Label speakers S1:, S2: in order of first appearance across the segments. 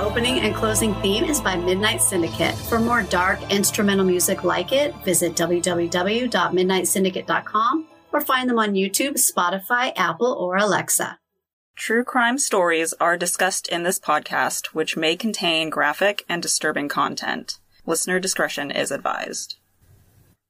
S1: opening and closing theme is by Midnight Syndicate. For more dark instrumental music like it, visit www.midnightsyndicate.com or find them on YouTube, Spotify, Apple, or Alexa.
S2: True crime stories are discussed in this podcast, which may contain graphic and disturbing content. Listener discretion is advised.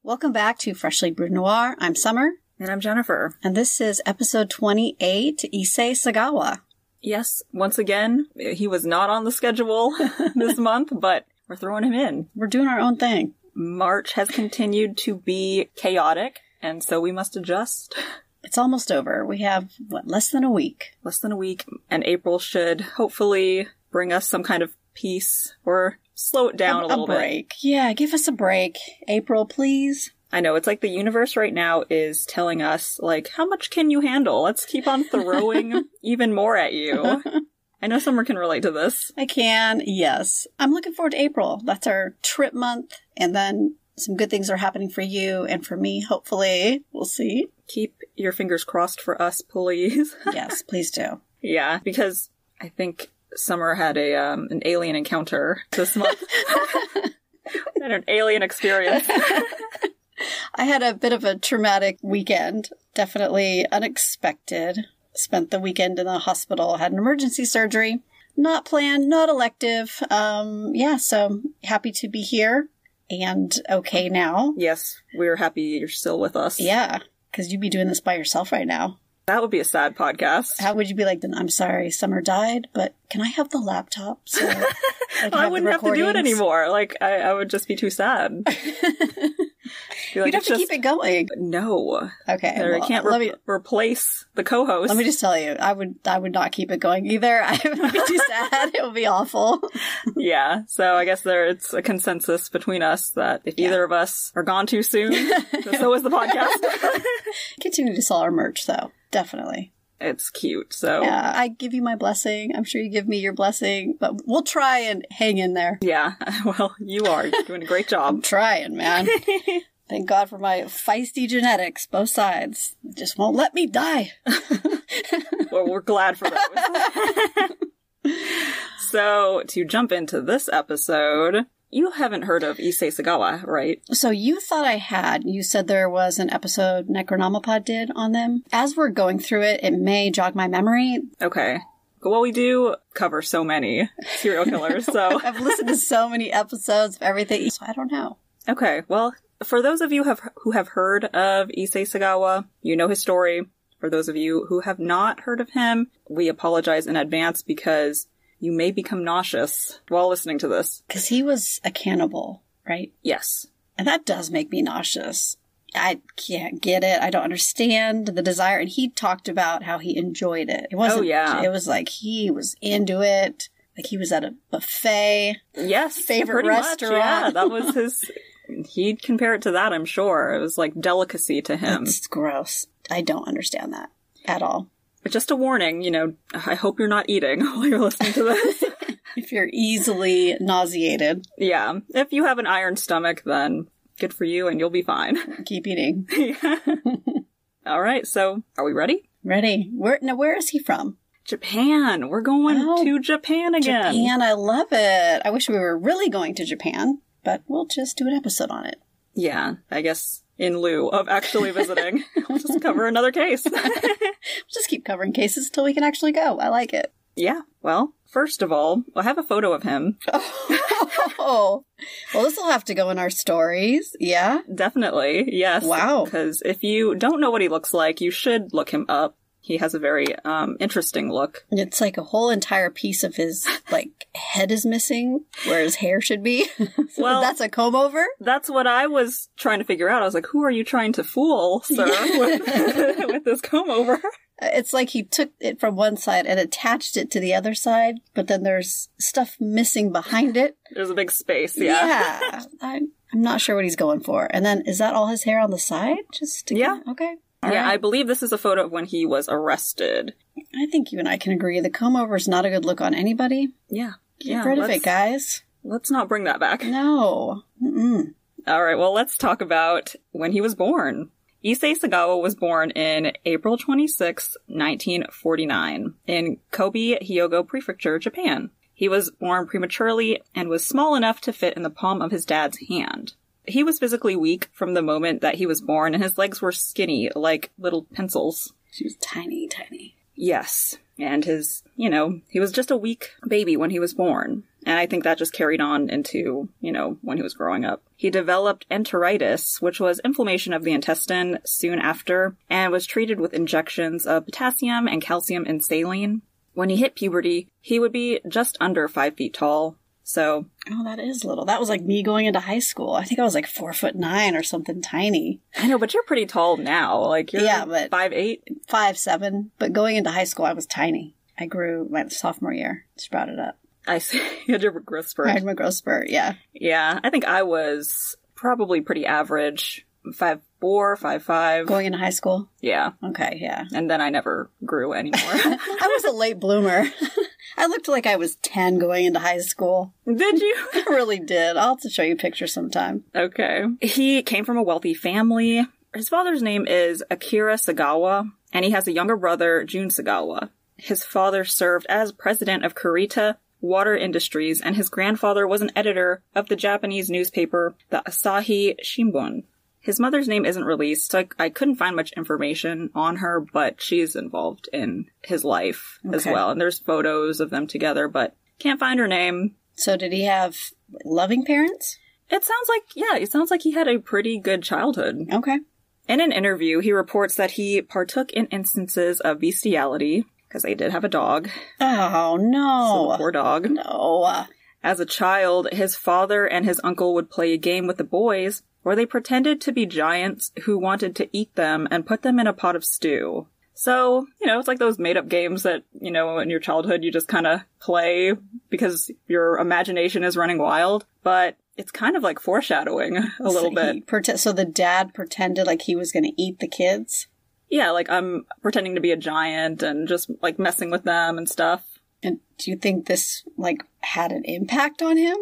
S1: Welcome back to Freshly Brewed Noir. I'm Summer,
S2: And I'm Jennifer.
S1: and this is episode 28, Issei Sagawa.
S2: Yes, once again, he was not on the schedule this month, but we're throwing him in.
S1: We're doing our own thing.
S2: March has continued to be chaotic, and so we must adjust.
S1: It's almost over. We have, what, less than a week.
S2: Less than a week, and April should hopefully bring us some kind of peace or slow it down a, little bit.
S1: break. Yeah, give us a break. April, please.
S2: I know it's like the universe right now is telling us like how much can you handle? Let's keep on throwing even more at you. I know Summer can relate to this.
S1: I can, yes. I'm looking forward to April. That's our trip month, and then some good things are happening for you and for me, hopefully. We'll see.
S2: Keep your fingers crossed for us, please.
S1: Yes, please do.
S2: yeah, because I think Summer had a um, an alien encounter this month. had an alien experience.
S1: I had a bit of a traumatic weekend, definitely unexpected. Spent the weekend in the hospital, had an emergency surgery, not planned, not elective. Um, yeah, so happy to be here and okay now.
S2: yes, we're happy you're still with us.
S1: Yeah, because you'd be doing this by yourself right now.
S2: that would be a sad podcast.
S1: How would you be like, then I'm sorry, Summer died, but can I have the laptop? So I, can
S2: Oh, I
S1: have the
S2: wouldn't have to do it
S1: recordings?"
S2: anymore. Like I, I would just be too sad. Be like,
S1: You'd have
S2: "It's
S1: to keep
S2: just-
S1: it going.
S2: No,
S1: Okay.
S2: Or I
S1: well,
S2: can't
S1: let
S2: re-
S1: me
S2: replace the co-host.
S1: let me just tell you, I would I would not keep it going either. I would be too sad. It would be awful.
S2: yeah. So I guess there it's a consensus between us that if either of us are gone too soon, so is the podcast.
S1: Continue to sell our merch though. Definitely.
S2: it's cute. So yeah.
S1: Yeah, I give you my blessing. I'm sure you give me your blessing, but we'll try and hang in there.
S2: Well, you are You're doing a great
S1: I'm
S2: job.
S1: trying, man. Thank God for my feisty genetics, both sides. It just won't let me die.
S2: well, we're glad for those. so to jump into this episode, you haven't heard of Issei Sagawa, right?
S1: So you thought I had. You said there was an episode Necronomapod did on them. As we're going through it, it may jog my memory.
S2: Okay. Well, we do cover so many serial killers, so
S1: I've listened to so many episodes of everything, so I don't know.
S2: Okay, well, for those of you have, who have heard of Issei Sagawa, you know his story. For those of you who have not heard of him, we apologize in advance because you may become nauseous while listening to this.
S1: Because he was a cannibal, right?
S2: Yes.
S1: And that does make me nauseous. I can't get it. I don't understand the desire. And he talked about how he enjoyed it. It wasn't,
S2: yeah.
S1: it was like he was into it. Like he was at a buffet.
S2: Yes.
S1: Favorite
S2: pretty much,
S1: restaurant.
S2: yeah, that was his. He'd compare it to that, I'm sure. It was like delicacy to him.
S1: It's gross. I don't understand that at all.
S2: But just a warning, you know, I hope you're not eating while you're listening to this.
S1: If you're easily nauseated,
S2: yeah. If you have an iron stomach, then good for you and you'll be fine.
S1: keep eating.
S2: All right, so are we ready?
S1: Ready? Where now? Where is he from?
S2: Japan. We're going
S1: Oh,
S2: to Japan again.
S1: Japan. I love it. I wish we were really going to Japan, but we'll just do an episode on it.
S2: Yeah, I guess in lieu of actually visiting, we'll just cover another case.
S1: Just keep covering cases till we can actually go. I like it.
S2: yeah, well, first of all, I have a photo of him.
S1: Oh, well, this will have to go in our stories. Yeah.
S2: Definitely, yes.
S1: Wow.
S2: Because if you don't know what he looks like, you should look him up. He has a very um, interesting look.
S1: It's like a whole entire piece of his like head is missing where his hair should be. so
S2: Well-
S1: that's a comb over.
S2: That's what I was trying to figure out. I was like, who are you trying to fool, sir, with, with this comb over?
S1: It's like he took it from one side and attached it to the other side, but then there's stuff missing behind it.
S2: There's a big space,
S1: Yeah. I'm, I'm not sure what he's going for. And then is that all his hair on the side? Just to
S2: Yeah.
S1: Okay.
S2: yeah, I believe this is a photo of when he was arrested.
S1: I think you and I can agree the comb over is not a good look on anybody.
S2: Yeah.
S1: Get
S2: yeah,
S1: rid of
S2: let's-
S1: it, guys.
S2: Let's not bring that back.
S1: No. Mm-mm.
S2: All right, well, let's talk about when he was born. Issei Sagawa was born in April 26, 1949, in Kobe, Hyogo Prefecture, Japan. He was born prematurely and was small enough to fit in the palm of his dad's hand. He was physically weak from the moment that he was born, and his legs were skinny, like little pencils.
S1: She was tiny, tiny.
S2: Yes. And his, you know, he was just a weak baby when he was born. And I think that just carried on into, you know, when he was growing up. He developed enteritis, which was inflammation of the intestine soon after, and was treated with injections of potassium and calcium and saline. When he hit puberty, he would be just under five feet tall. So,
S1: Oh, that is little. That was like me going into high school. I think I was like four foot nine or something tiny.
S2: I know, but you're pretty tall now. Like, you're
S1: Yeah, but-
S2: five, eight.
S1: Five, seven. But going into high school, I was tiny. I grew my sophomore year, sprouted up.
S2: I see. you had your growth spurt.
S1: I had my growth spurt, yeah.
S2: Yeah, I think I was probably pretty average. Five four, five five.
S1: Going into high school.
S2: Yeah.
S1: Okay, yeah.
S2: And then I never grew anymore.
S1: I was a late bloomer. I looked like I was 10 going into high school.
S2: Did you?
S1: I really did. I'll have to show you pictures sometime.
S2: Okay. He came from a wealthy family. His father's name is Akira Sagawa, and he has a younger brother, Jun Sagawa. His father served as president of Kurita Water Industries, and his grandfather was an editor of the Japanese newspaper, the Asahi Shimbun. His mother's name isn't released, so I, I couldn't find much information on her, but she's involved in his life as
S1: Okay.
S2: well. And there's photos of them together, but can't find her name.
S1: So, did he have loving parents?
S2: It sounds like, yeah, it sounds like he had a pretty good childhood.
S1: Okay.
S2: In an interview, he reports that he partook in instances of bestiality because they did have a dog,
S1: Oh,
S2: so the
S1: no.
S2: poor dog.
S1: No.
S2: As a child, his father and his uncle would play a game with the boys where they pretended to be giants who wanted to eat them and put them in a pot of stew. So, you know, it's like those made up games that, you know, in your childhood you just kind of play because your imagination is running wild, but it's kind of like foreshadowing a little
S1: So
S2: bit.
S1: he prete- so the dad pretended like he was going to eat the kids
S2: yeah, like I'm pretending to be a giant and just like messing with them and stuff.
S1: and do you think this like had an impact on him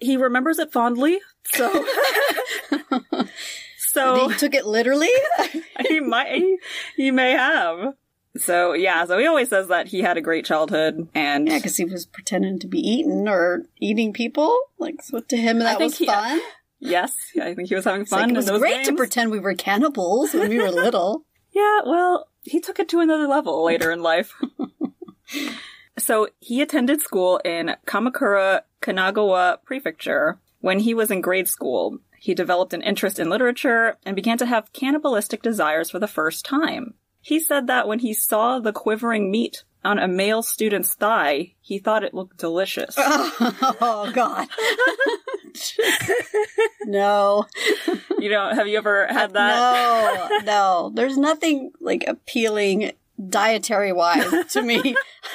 S2: He remembers it fondly, so so
S1: he took it literally
S2: he might he, he may have. So yeah, so he always says that he had a great childhood and
S1: yeah because he was pretending to be eaten or eating people like so to him that
S2: think
S1: was
S2: he-
S1: fun
S2: yes, I think he was having
S1: It's like,
S2: fun.
S1: it was
S2: in those
S1: great to
S2: games.
S1: pretend we were cannibals when we were little
S2: Yeah, well, he took it to another level later in life. so he attended school in Kamakura, Kanagawa Prefecture. When he was in grade school, he developed an interest in literature and began to have cannibalistic desires for the first time. He said that when he saw the quivering meat on a male student's thigh, he thought it looked delicious.
S1: oh god no
S2: you know, have you ever had that?
S1: no no there's nothing like appealing dietary wise to me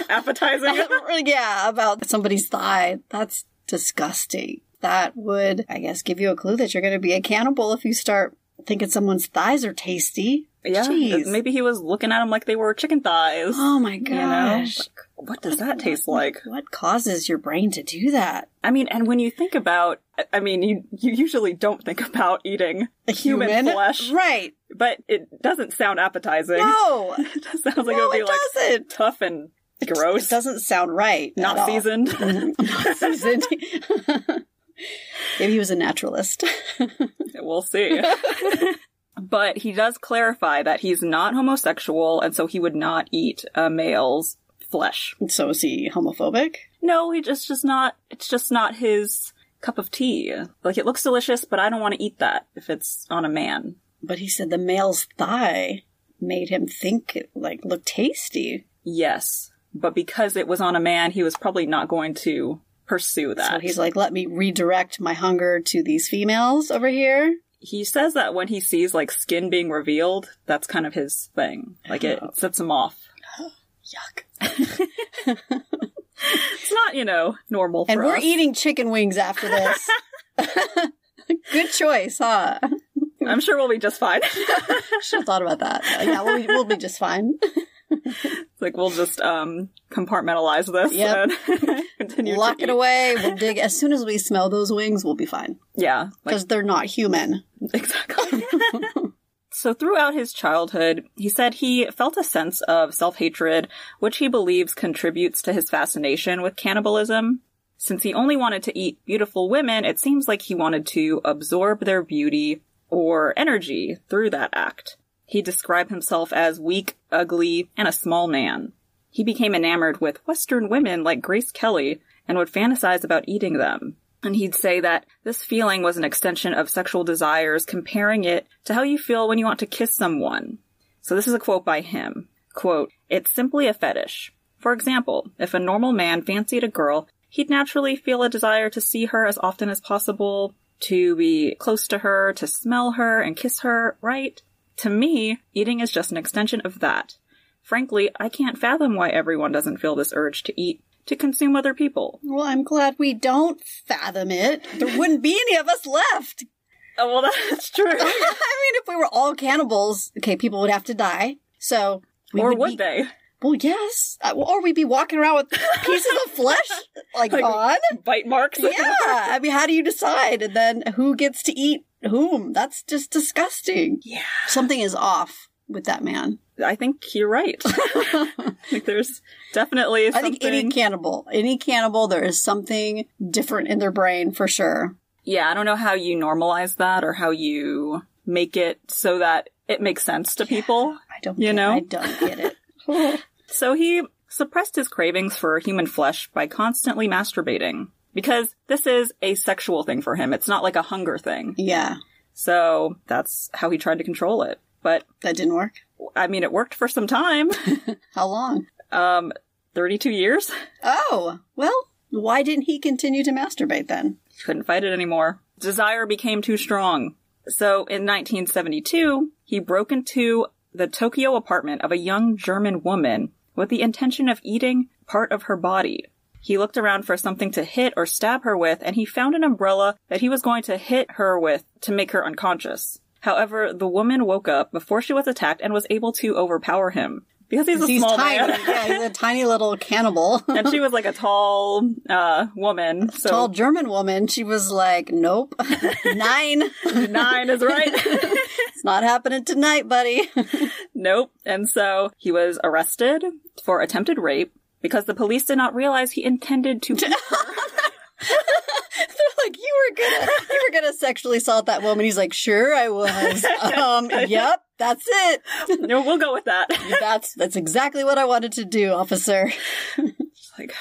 S2: Appetizing?
S1: yeah, about somebody's thigh. That's disgusting. That would, I guess, give you a clue that you're going to be a cannibal if you start thinking someone's thighs are tasty.
S2: yeah.
S1: Jeez.
S2: Maybe he was looking at him like they were chicken thighs.
S1: Oh my
S2: you know?
S1: gosh.
S2: Like, what does that taste like?
S1: What causes your brain to do that?
S2: I mean, and when you think about, I mean, you you usually don't think about eating
S1: A
S2: human, flesh,
S1: Right.
S2: but it doesn't sound appetizing.
S1: No.
S2: it just sounds like it
S1: no,
S2: would be
S1: it
S2: like
S1: doesn't.
S2: tough and
S1: It
S2: gross,
S1: doesn't sound right. at
S2: not
S1: all.
S2: seasoned.
S1: Not seasoned. Maybe he was a naturalist.
S2: we'll see. but he does clarify that he's not homosexual, and so he would not eat a male's flesh.
S1: So is he homophobic?
S2: No, he just just not. It's just not his cup of tea. Like it looks delicious, but I don't want to eat that if it's on a man.
S1: But he said the male's thigh made him think it like looked tasty.
S2: Yes, but because it was on a man, he was probably not going to pursue that.
S1: So he's like, let me redirect my hunger to these females over here.
S2: he says that when he sees like skin being revealed, that's kind of his thing. Like
S1: Oh.
S2: it sets him off.
S1: Yuck.
S2: It's not, you know, normal for
S1: And we're
S2: us.
S1: eating chicken wings after this. Good choice, huh?
S2: I'm sure we'll be just fine.
S1: Should have thought about that. Yeah, we'll be, we'll be just fine.
S2: It's like we'll just um compartmentalize this
S1: Yep.
S2: and continue. to
S1: Lock
S2: eat.
S1: it away. We'll dig. As soon as we smell those wings, we'll be fine
S2: Yeah, like
S1: because they're not human.
S2: exactly. So throughout his childhood, he said he felt a sense of self-hatred, which he believes contributes to his fascination with cannibalism. Since he only wanted to eat beautiful women, it seems like he wanted to absorb their beauty or energy through that act. He described himself as weak, ugly, and a small man. He became enamored with Western women like Grace Kelly and would fantasize about eating them. And he'd say that this feeling was an extension of sexual desires, comparing it to how you feel when you want to kiss someone. So this is a quote by him. Quote, It's simply a fetish. For example, if a normal man fancied a girl, he'd naturally feel a desire to see her as often as possible, to be close to her, to smell her and kiss her, right? To me, eating is just an extension of that. Frankly, I can't fathom why everyone doesn't feel this urge to eat, to consume other people.
S1: Well, I'm glad we don't fathom it. There wouldn't be any of us left.
S2: Oh, well, that's true.
S1: I mean, if we were all cannibals, okay, people would have to die. So, we
S2: or would
S1: be-
S2: they?
S1: Well, yes. Uh, Or we'd be walking around with pieces of flesh, like,
S2: Like-
S1: on.
S2: Bite marks?
S1: Yeah. I mean, how do you decide? And then who gets to eat whom? That's just disgusting.
S2: Yeah.
S1: Something is off with that man.
S2: I think you're right. I think there's definitely
S1: I
S2: something.
S1: think any cannibal, any cannibal, there is something different in their brain for sure.
S2: yeah, I don't know how you normalize that or how you make it so that it makes sense to people.
S1: I don't,
S2: You
S1: get,
S2: know?
S1: I don't get it.
S2: So he suppressed his cravings for human flesh by constantly masturbating. Because this is a sexual thing for him. It's not like a hunger thing.
S1: yeah,
S2: So that's how he tried to control it. But
S1: that didn't work.
S2: I mean, it worked for some time.
S1: How long?
S2: Um, 32 years.
S1: Oh, well, why didn't he continue to masturbate then?
S2: couldn't fight it anymore. Desire became too strong. So in 1972, he broke into the Tokyo apartment of a young German woman with the intention of eating part of her body. He looked around for something to hit or stab her with, and he found an umbrella that he was going to hit her with to make her unconscious. However, the woman woke up before she was attacked and was able to overpower him. Because he's a
S1: He's
S2: small
S1: tiny.
S2: man.
S1: yeah, he's a tiny little cannibal.
S2: and she was like a tall uh, woman. So
S1: Tall German woman. She was like, nope, nine.
S2: nine is right.
S1: It's not happening tonight, buddy.
S2: Nope. And so he was arrested for attempted rape because the police did not realize he intended to.
S1: They're like, you were gonna, you were gonna sexually assault that woman. He's like, sure, I was. Um, yep, that's it.
S2: no, we'll go with that.
S1: That's that's exactly what I wanted to do, officer.
S2: like,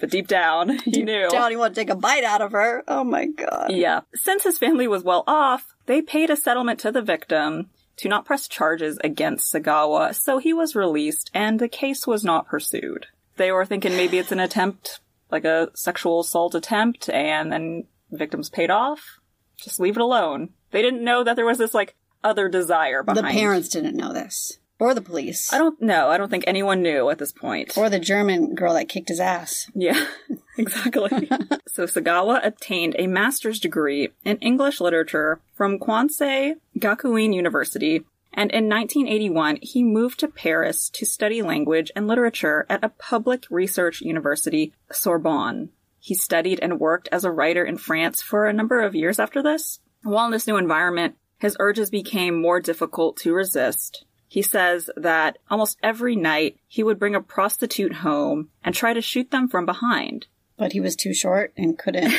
S2: but deep down, he knew.
S1: Down, you want to take a bite out of her? Oh my god.
S2: Yeah. Since his family was well off, they paid a settlement to the victim to not press charges against Sagawa, so he was released and the case was not pursued. They were thinking maybe it's an attempt, like a sexual assault attempt, and then victims paid off. Just leave it alone. They didn't know that there was this like other desire
S1: The
S2: behind.
S1: parents didn't know this, or the police,
S2: I don't know. I don't think anyone knew at this point.
S1: or the German girl that kicked his ass.
S2: Yeah, exactly. so Sagawa obtained a master's degree in English literature from Kwansei Gakuin University, and in 1981 he moved to Paris to study language and literature at a public research university, Sorbonne. He studied and worked as a writer in France for a number of years after this. While in this new environment, his urges became more difficult to resist. He says that almost every night he would bring a prostitute home and try to shoot them from behind.
S1: But he was too short and couldn't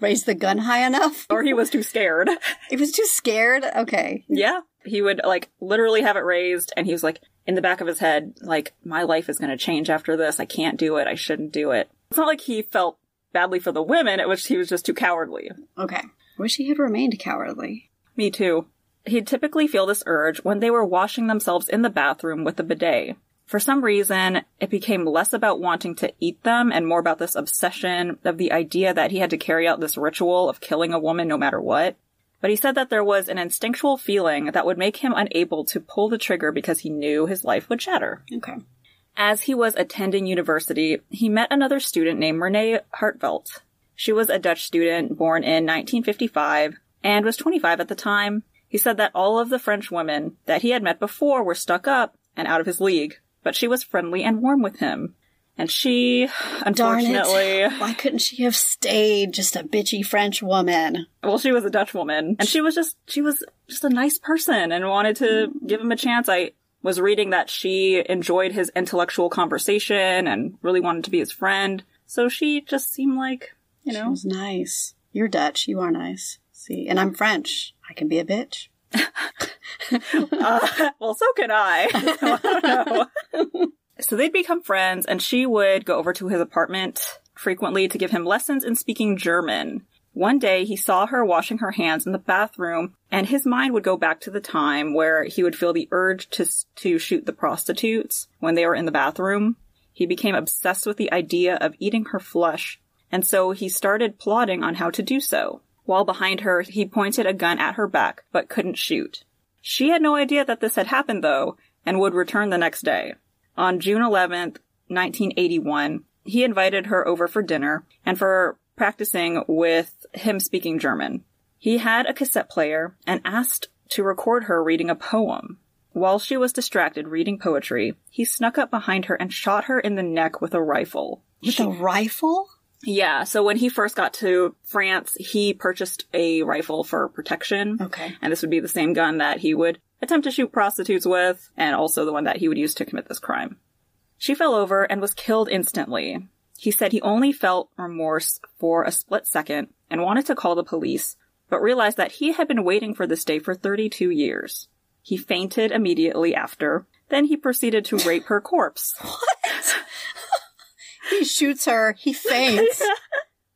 S1: raise the gun high enough.
S2: Or he was too scared.
S1: He was too scared. Okay.
S2: yeah. He would like literally have it raised and he was like in the back of his head, like, my life is going to change after this. I can't do it. I shouldn't do it. It's not like he felt badly for the women. It was, he was just too cowardly.
S1: Okay. Wish he had remained cowardly.
S2: Me too. He'd typically feel this urge when they were washing themselves in the bathroom with a bidet. For some reason, it became less about wanting to eat them and more about this obsession of the idea that he had to carry out this ritual of killing a woman no matter what. But he said that there was an instinctual feeling that would make him unable to pull the trigger because he knew his life would shatter.
S1: Okay.
S2: As he was attending university, he met another student named Renee Hartveld. She was a Dutch student born in 1955 and was 25 at the time. He said that all of the French women that he had met before were stuck up and out of his league, but she was friendly and warm with him. And she,
S1: Darn it.
S2: unfortunately,
S1: Why couldn't she have stayed just a bitchy French woman?
S2: well, she was a Dutch woman, and she was just she was just a nice person and wanted to give him a chance. I was reading that she enjoyed his intellectual conversation and really wanted to be his friend. So she just seemed like, you
S1: She
S2: know,
S1: was nice. You're Dutch. You are nice. See, and I'm French. I can be a bitch.
S2: Uh, well, so can I. I don't know. so they'd become friends, and she would go over to his apartment frequently to give him lessons in speaking German. One day, he saw her washing her hands in the bathroom, and his mind would go back to the time where he would feel the urge to to shoot the prostitutes when they were in the bathroom. He became obsessed with the idea of eating her flesh, and so he started plotting on how to do so. While behind her, he pointed a gun at her back, but couldn't shoot. She had no idea that this had happened, though, and would return the next day. On June 11th, 1981, he invited her over for dinner and for practicing with him speaking German. He had a cassette player and asked to record her reading a poem. While she was distracted reading poetry, he snuck up behind her and shot her in the neck with a rifle.
S1: With a rifle?
S2: Yeah, so when he first got to France, he purchased a rifle for protection.
S1: Okay.
S2: And this would be the same gun that he would attempt to shoot prostitutes with, and also the one that he would use to commit this crime. She fell over and was killed instantly. He said he only felt remorse for a split second and wanted to call the police, but realized that he had been waiting for this day for 32 years. He fainted immediately after. Then he proceeded to rape her corpse.
S1: He shoots her. He faints.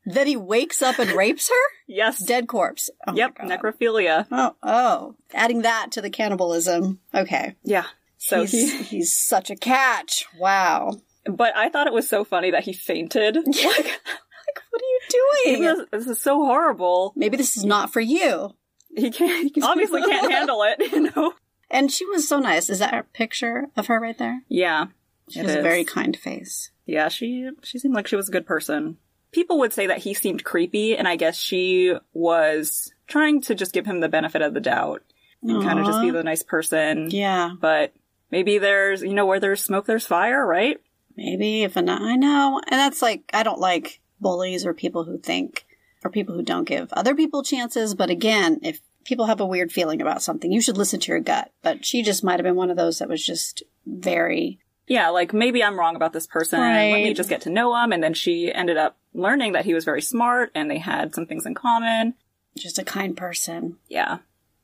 S1: then he wakes up and rapes her?
S2: Yes.
S1: Dead corpse. Oh my
S2: yep.
S1: God.
S2: Necrophilia.
S1: Oh, oh. Adding that to the cannibalism. Okay.
S2: Yeah. So
S1: he's,
S2: he
S1: he's such a catch. Wow.
S2: But I thought it was so funny that he fainted. Like,
S1: What are you
S2: even
S1: doing?
S2: though this is so horrible.
S1: Maybe this is not for you.
S2: He can't. He obviously can't handle it. You know.
S1: And she was so nice. Is that a picture of her right there?
S2: Yeah.
S1: She
S2: It
S1: has a
S2: is.
S1: very kind face.
S2: Yeah. She. She seemed like she was a good person. People would say that he seemed creepy, and I guess she was trying to just give him the benefit of the doubt and kind of just be
S1: Aw.
S2: the nice person.
S1: Yeah,
S2: But maybe there's, you know, where there's smoke, there's fire, right?
S1: maybe if not, I know. And that's like I don't like bullies or people who think or people who don't give other people chances. But again, if people have a weird feeling about something, you should listen to your gut. But she just might have been one of those that was just very
S2: Yeah, like maybe I'm wrong about this person. Let me
S1: Right.
S2: just get to know him. And then she ended up learning that he was very smart and they had some things in common.
S1: just a kind person.
S2: Yeah.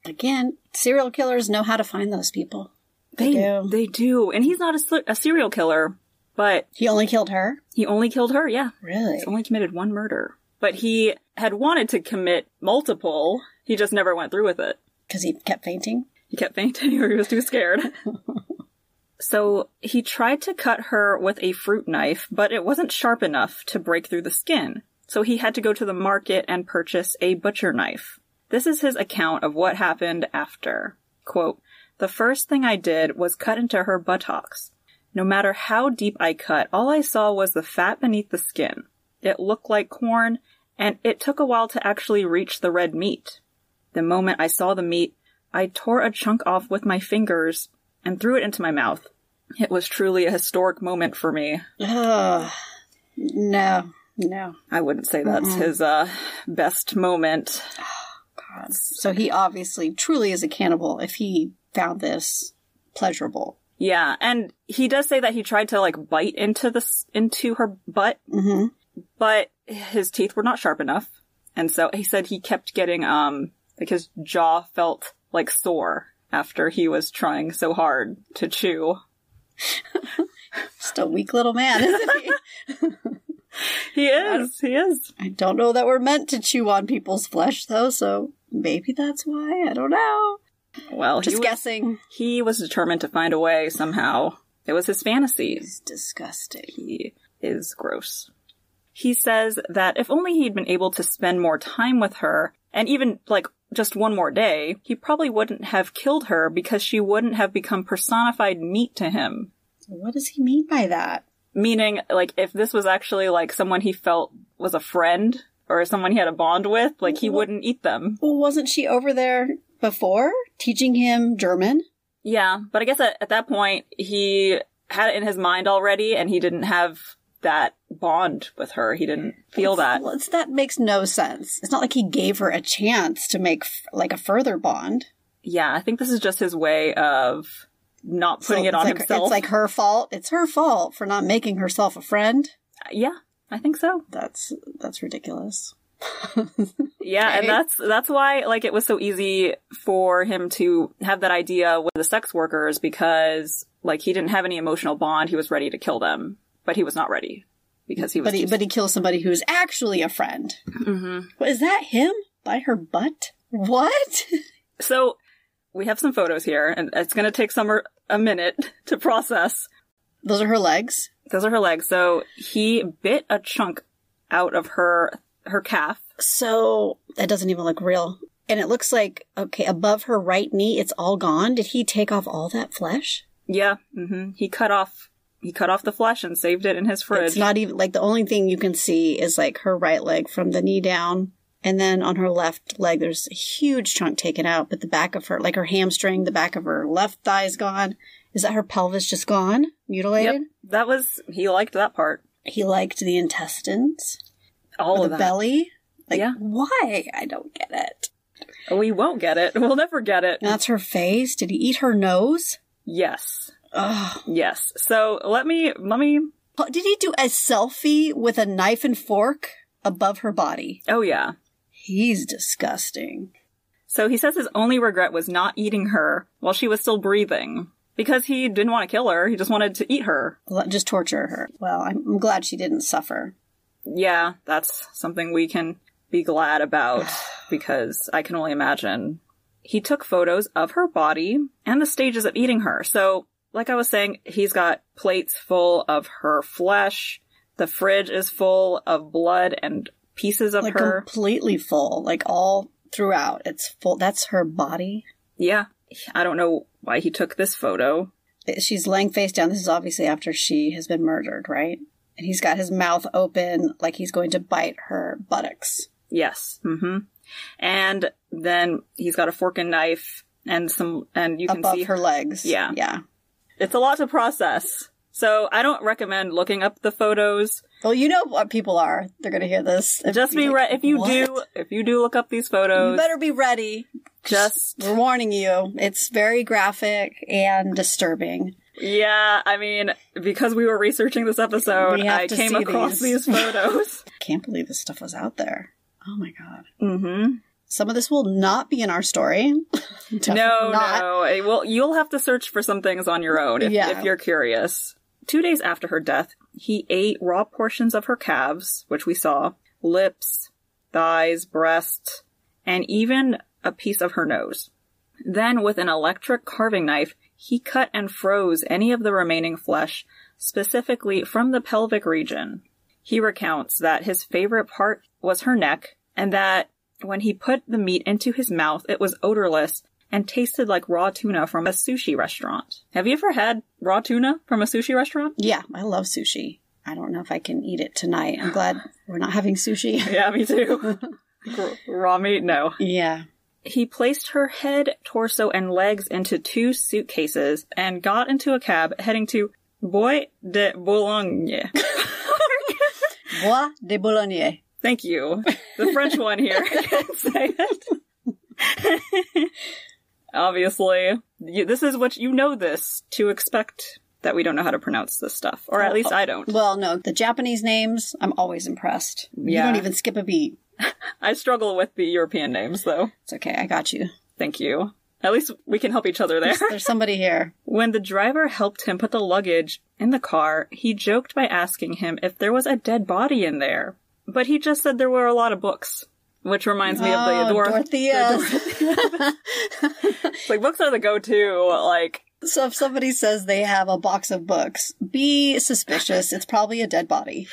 S1: Again, serial killers know how to find those people.
S2: They,
S1: do.
S2: They do. And he's not a, sl- a serial killer, but
S1: He only killed her.
S2: he only killed her. Yeah.
S1: Really?
S2: He's only committed one murder. But he had wanted to commit multiple. He just never went through with it.
S1: Because he kept fainting.
S2: He kept fainting or he was too scared. so he tried to cut her with a fruit knife, but it wasn't sharp enough to break through the skin. So he had to go to the market and purchase a butcher knife. This is his account of what happened after. Quote, the first thing I did was cut into her buttocks. No matter how deep I cut, all I saw was the fat beneath the skin. It looked like corn, and it took a while to actually reach the red meat. The moment I saw the meat, I tore a chunk off with my fingers and threw it into my mouth. It was truly a historic moment for me.
S1: Ugh. No, no.
S2: I wouldn't say that's his uh, best moment.
S1: God. So he obviously truly is a cannibal if he found this pleasurable.
S2: Yeah, and he does say that he tried to like bite into this into her butt,
S1: Mm-hmm.
S2: but his teeth were not sharp enough, and so he said he kept getting um like his jaw felt like sore after he was trying so hard to chew.
S1: Just a weak little man, isn't he?
S2: He is, he is.
S1: I don't know that we're meant to chew on people's flesh, though, so maybe that's why. I don't know.
S2: Well, he
S1: Just
S2: was-
S1: guessing.
S2: He was determined to find a way somehow. It was his fantasy.
S1: It's disgusting.
S2: He is gross. He says that if only he'd been able to spend more time with her, and even like just one more day, he probably wouldn't have killed her because she wouldn't have become personified meat to him.
S1: What does he mean by that?
S2: Meaning, like, if this was actually like someone he felt was a friend or someone he had a bond with, like, he
S1: Well-
S2: wouldn't eat them.
S1: Well, wasn't she over there before teaching him German?
S2: Yeah, but I guess at, at that point he had it in his mind already, and he didn't have that bond with her. He didn't feel that.
S1: Well, it's- that makes no sense. It's not like he gave her a chance to make f- like a further bond.
S2: Yeah, I think this is just his way of not putting
S1: So
S2: it on
S1: it's like,
S2: himself.
S1: It's like her fault. It's her fault for not making herself a friend.
S2: yeah, I think so.
S1: That's that's ridiculous.
S2: Yeah,
S1: Okay.
S2: and that's that's why like it was so easy for him to have that idea with the sex workers because like he didn't have any emotional bond. He was ready to kill them, but he was not ready because he was.
S1: But he
S2: too-
S1: but he kills somebody who's actually a friend.
S2: Mhm.
S1: What, Is that him by her butt? What?
S2: So we have some photos here, and it's going to take Summer a minute to process.
S1: Those are her legs.
S2: Those are her legs. So he bit a chunk out of her her calf.
S1: So that doesn't even look real. And it looks like okay, above her right knee, it's all gone. Did he take off all that flesh?
S2: Yeah, hmm he cut off he cut off the flesh and saved it in his fridge.
S1: It's not even like the only thing you can see is like her right leg from the knee down. And then on her left leg, there's a huge chunk taken out, but the back of her, like her hamstring, the back of her left thigh is gone. Is that her pelvis just gone? Mutilated?
S2: Yep, that was he liked that part.
S1: He liked the intestines,
S2: All of
S1: or the
S2: that.
S1: belly. Like,
S2: Yeah.
S1: why? I don't get it.
S2: We won't get it. We'll never get it.
S1: And that's her face. Did he eat her nose?
S2: Yes.
S1: Ugh.
S2: Yes. So let me let me
S1: Oh, Did he do a selfie with a knife and fork above her body?
S2: Oh yeah.
S1: He's disgusting.
S2: So he says his only regret was not eating her while she was still breathing. Because he didn't want to kill her, he just wanted to eat her.
S1: Let- just torture her. Well, I'm, I'm glad she didn't suffer.
S2: Yeah, that's something we can be glad about because I can only imagine. He took photos of her body and the stages of eating her. So, like I was saying, he's got plates full of her flesh. The fridge is full of blood and pieces of
S1: Like
S2: her.
S1: completely full, like all throughout. It's full. That's her body.
S2: yeah. I don't know why he took this photo.
S1: She's laying face down. This is obviously after she has been murdered, right? And he's got his mouth open, like he's going to bite her buttocks.
S2: Yes. hmm And then he's got a fork and knife and some, and you can
S1: above
S2: see
S1: her legs.
S2: Yeah.
S1: yeah.
S2: It's a lot to process. So I don't recommend looking up the photos.
S1: Well, you know what people are. They're going to hear this. and
S2: Just be
S1: like,
S2: re- if you
S1: "What?"
S2: do, if you do look up these
S1: you
S2: photos,
S1: better be ready.
S2: just
S1: We're warning you. It's very graphic and disturbing.
S2: yeah. I mean, because we were researching this episode,
S1: We have
S2: I
S1: to
S2: came
S1: see
S2: across
S1: these.
S2: these, photos.
S1: Can't believe this stuff was out there. Oh my god.
S2: mm-hmm.
S1: Some of this will not be in our story. Definitely
S2: No,
S1: not.
S2: no. It will- you'll have to search for some things on your own if,
S1: Yeah.
S2: if you're curious. Two days after her death, he ate raw portions of her calves, which we saw, lips, thighs, breast, and even a piece of her nose. Then, with an electric carving knife, he cut and froze any of the remaining flesh, specifically from the pelvic region. He recounts that his favorite part was her neck, and that when he put the meat into his mouth, it was odorless and tasted like raw tuna from a sushi restaurant. Have you ever had raw tuna from a sushi restaurant?
S1: Yeah, I love sushi. I don't know if I can eat it tonight. I'm glad we're not having sushi.
S2: Yeah, me too. raw meat? No.
S1: yeah.
S2: He placed her head, torso, and legs into two suitcases and got into a cab heading to Bois de Boulogne.
S1: Bois de Boulogne.
S2: Thank you. The French one here can say it. Obviously, you, this is what you know this to expect that we don't know how to pronounce this stuff, or at least I don't.
S1: Well, no, the Japanese names, I'm always impressed.
S2: Yeah.
S1: You don't even skip a beat.
S2: I struggle with the European names, though.
S1: It's okay, I got you.
S2: Thank you. At least we can help each other there.
S1: There's somebody here.
S2: When the driver helped him put the luggage in the car, he joked by asking him if there was a dead body in there. But he just said there were a lot of books, which reminds me of the
S1: Oh,
S2: Dor-
S1: Dorothea.
S2: It's like books are the go-to. Like,
S1: So if somebody says they have a box of books, be suspicious. It's probably a dead body.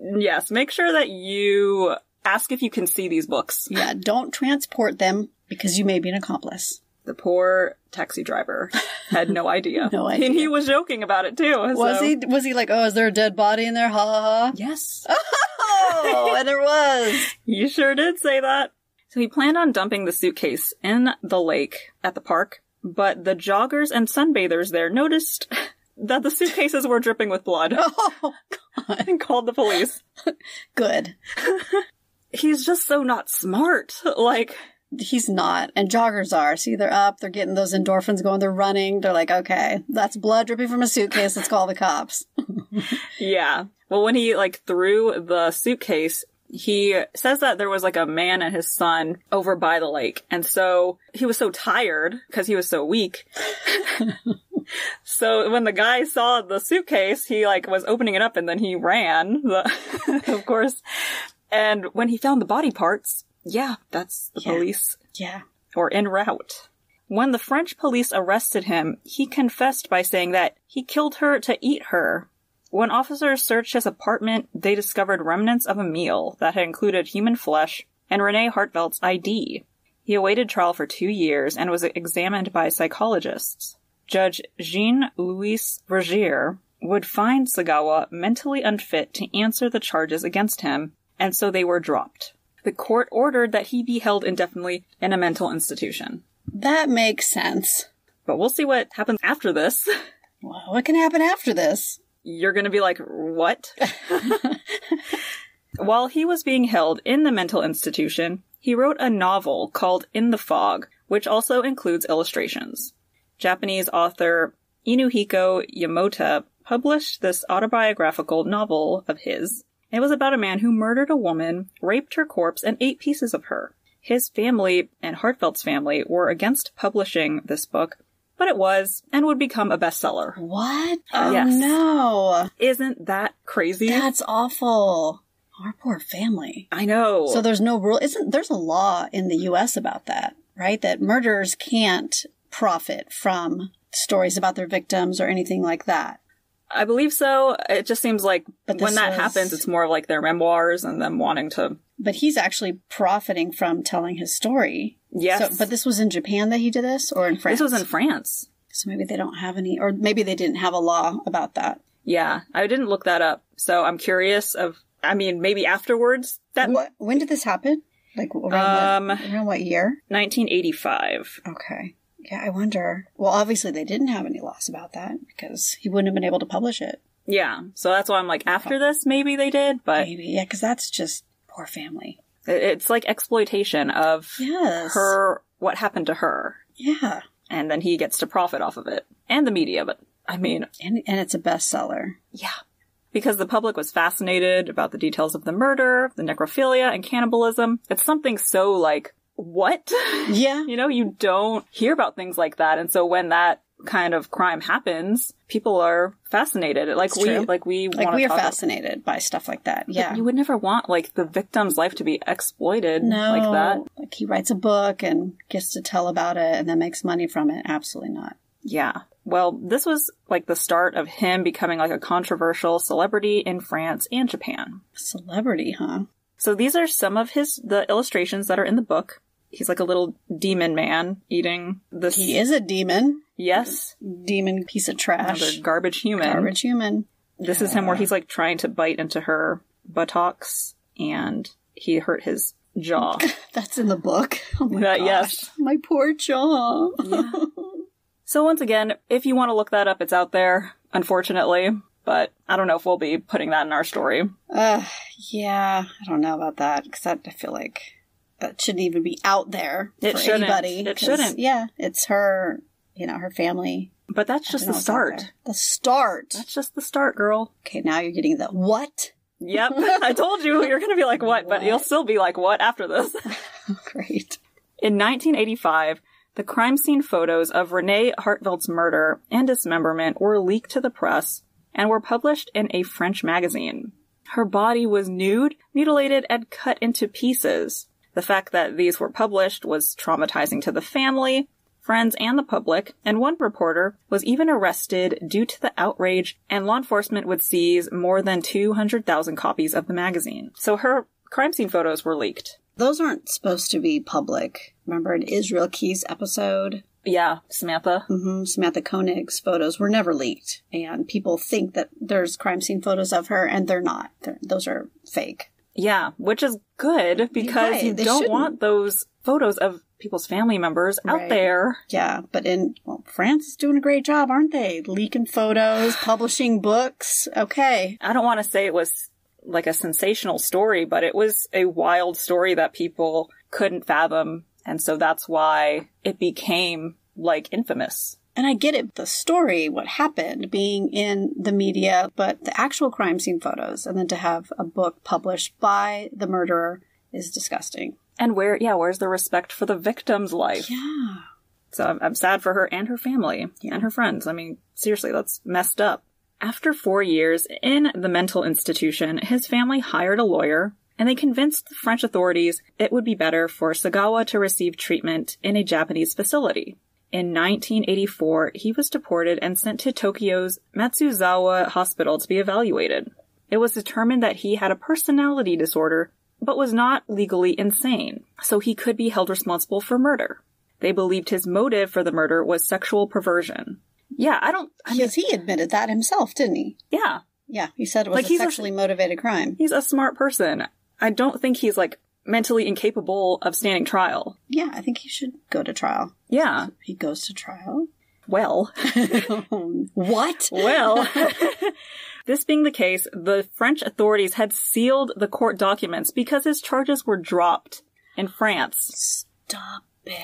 S2: yes, make sure that you ask if you can see these books.
S1: Yeah, don't transport them because you may be an accomplice.
S2: The poor taxi driver had no idea.
S1: No
S2: And
S1: idea.
S2: he was joking about it too.
S1: Was
S2: so-
S1: he was he like, "Oh, is there a dead body in there?" Ha ha ha.
S2: Yes.
S1: Oh, and there was.
S2: You sure did say that. So he planned on dumping the suitcase in the lake at the park, but the joggers and sunbathers there noticed that the suitcases were dripping with blood.
S1: Oh,
S2: and called the police.
S1: Good.
S2: He's just so not smart. Like,
S1: He's not. And joggers are. See, they're up, they're getting those endorphins going, they're running. They're like, okay, that's blood dripping from a suitcase. Let's call the cops.
S2: yeah. Well, when he like threw the suitcase, he says that there was like a man and his son over by the lake. And so he was so tired because he was so weak. so when the guy saw the suitcase, he like was opening it up and then he ran, the- of course. And when he found the body parts, yeah, that's the
S1: Yeah.
S2: police
S1: Yeah.
S2: or en route. When the French police arrested him, he confessed by saying that he killed her to eat her. When officers searched his apartment, they discovered remnants of a meal that had included human flesh and Renee Hartvelt's ID. He awaited trial for two years and was examined by psychologists. Judge Jean Louis Vergier would find Sagawa mentally unfit to answer the charges against him, and so they were dropped. The court ordered that he be held indefinitely in a mental institution.
S1: That makes sense.
S2: But we'll see what happens after this.
S1: Well, what can happen after this?
S2: You're gonna be like, what? While he was being held in the mental institution, he wrote a novel called In the Fog, which also includes illustrations. Japanese author Inuhiko Yamota published this autobiographical novel of his. It was about a man who murdered a woman, raped her corpse, and ate pieces of her. His family and Hartfeld's family were against publishing this book, but it was and would become a bestseller.
S1: What? Oh,
S2: Yes.
S1: no.
S2: Isn't that crazy?
S1: That's awful. Our poor family.
S2: I know.
S1: So there's no rule. Isn't there's a law in the U.S. about that, right? That murderers can't profit from stories about their victims or anything like that.
S2: I believe so. It just seems like
S1: But this
S2: when that
S1: was-
S2: happens, it's more of like their memoirs and them wanting to.
S1: But he's actually profiting from telling his story.
S2: Yes.
S1: So, but this was in Japan that he did this, or in France.
S2: This was in France.
S1: So maybe they don't have any, or maybe they didn't have a law about that.
S2: Yeah, I didn't look that up, so I'm curious. Of, I mean, maybe afterwards. That Um,
S1: What? When did this happen? Like around, what, around what year?
S2: 1985.
S1: Okay. Yeah, I wonder. Well, obviously they didn't have any laws about that because he wouldn't have been able to publish it.
S2: Yeah, so that's why I'm like, after this, maybe they did, but it,
S1: Maybe, Oh. yeah, because that's just poor family.
S2: it's like exploitation of
S1: Yes.
S2: her, what happened to her,
S1: Yeah.
S2: and then he gets to profit off of it and the media. But I mean,
S1: And, and it's a bestseller.
S2: Yeah. Because the public was fascinated about the details of the murder, the necrophilia, and cannibalism. It's something so like, what?
S1: Yeah.
S2: you know, you don't hear about things like that. And so when that kind of crime happens, people are fascinated. Like we,
S1: true.
S2: like we
S1: Like,
S2: want
S1: we
S2: to
S1: are
S2: talk
S1: fascinated by stuff like that. Yeah.
S2: You would never want like the victim's life to be exploited
S1: no.
S2: like that.
S1: Like, he writes a book and gets to tell about it and then makes money from it. Absolutely not.
S2: Yeah. Well, this was like the start of him becoming like a controversial celebrity in France and Japan.
S1: Celebrity, huh?
S2: So these are some of his the illustrations that are in the book. He's like a little demon man eating this.
S1: He is a demon.
S2: Yes,
S1: Demon piece of trash.
S2: another garbage human.
S1: Garbage human.
S2: This is him where he's like trying to bite into her buttocks, and he hurt his jaw.
S1: That's in the book. Oh my
S2: That-
S1: gosh.
S2: yes.
S1: My poor jaw.
S2: so once again, if you want to look that up, it's out there. Unfortunately, but I don't know if we'll be putting that in our story.
S1: Uh, yeah, I don't know about that because I feel like that shouldn't even be out there
S2: It
S1: for
S2: shouldn't.
S1: anybody.
S2: It
S1: 'cause,
S2: shouldn't.
S1: Yeah, it's her, you know, her family.
S2: But that's just
S1: you know,
S2: the
S1: it's out
S2: start.
S1: there. The start.
S2: That's just the start, girl.
S1: Okay, now you're getting the what?
S2: Yep, I told you you're gonna be like what, but you'll still be like what after this.
S1: Great.
S2: In 1985, the crime scene photos of Renee Hartveld's murder and dismemberment were leaked to the press and were published in a French magazine. Her body was nude, mutilated, and cut into pieces. The fact that these were published was traumatizing to the family, friends, and the public, and one reporter was even arrested due to the outrage, and law enforcement would seize more than 200,000 copies of the magazine. So her crime scene photos were leaked.
S1: Those aren't supposed to be public. Remember in Israel Keys episode?
S2: Yeah, Samantha.
S1: hmm Samantha Koenig's photos were never leaked, and people think that there's crime scene photos of her, and they're not. They're, those are fake.
S2: Yeah, which is good because
S1: right,
S2: you
S1: they
S2: don't
S1: shouldn't.
S2: want those photos of people's family members out
S1: Right.
S2: there.
S1: Yeah, but in well, France is doing a great job, aren't they? Leaking photos, publishing books. Okay.
S2: I don't want to say it was like a sensational story, but it was a wild story that people couldn't fathom. And so that's why it became like infamous.
S1: And I get it, the story, what happened, being in the media, but the actual crime scene photos, and then to have a book published by the murderer is disgusting.
S2: And where, yeah, where's the respect for the victim's life?
S1: Yeah.
S2: So I'm, I'm sad for her and her family and her friends. I mean, seriously, that's messed up. After four years in the mental institution, his family hired a lawyer and they convinced the French authorities it would be better for Sagawa to receive treatment in a Japanese facility. In 1984, he was deported and sent to Tokyo's Matsuzawa Hospital to be evaluated. It was determined that he had a personality disorder, but was not legally insane, so he could be held responsible for murder. They believed his motive for the murder was sexual perversion. Yeah, I don't. I mean,
S1: Because he admitted that himself, didn't he?
S2: yeah,
S1: Yeah. He said it was
S2: Like,
S1: a
S2: he's a-
S1: sexually motivated crime.
S2: he's a smart person. I don't think he's like mentally incapable of standing trial.
S1: Yeah, I think he should go to trial. Uh,
S2: Yeah,
S1: He goes to trial.
S2: well.
S1: what?
S2: Well, this being the case, the French authorities had sealed the court documents because his charges were dropped in France.
S1: Stop it.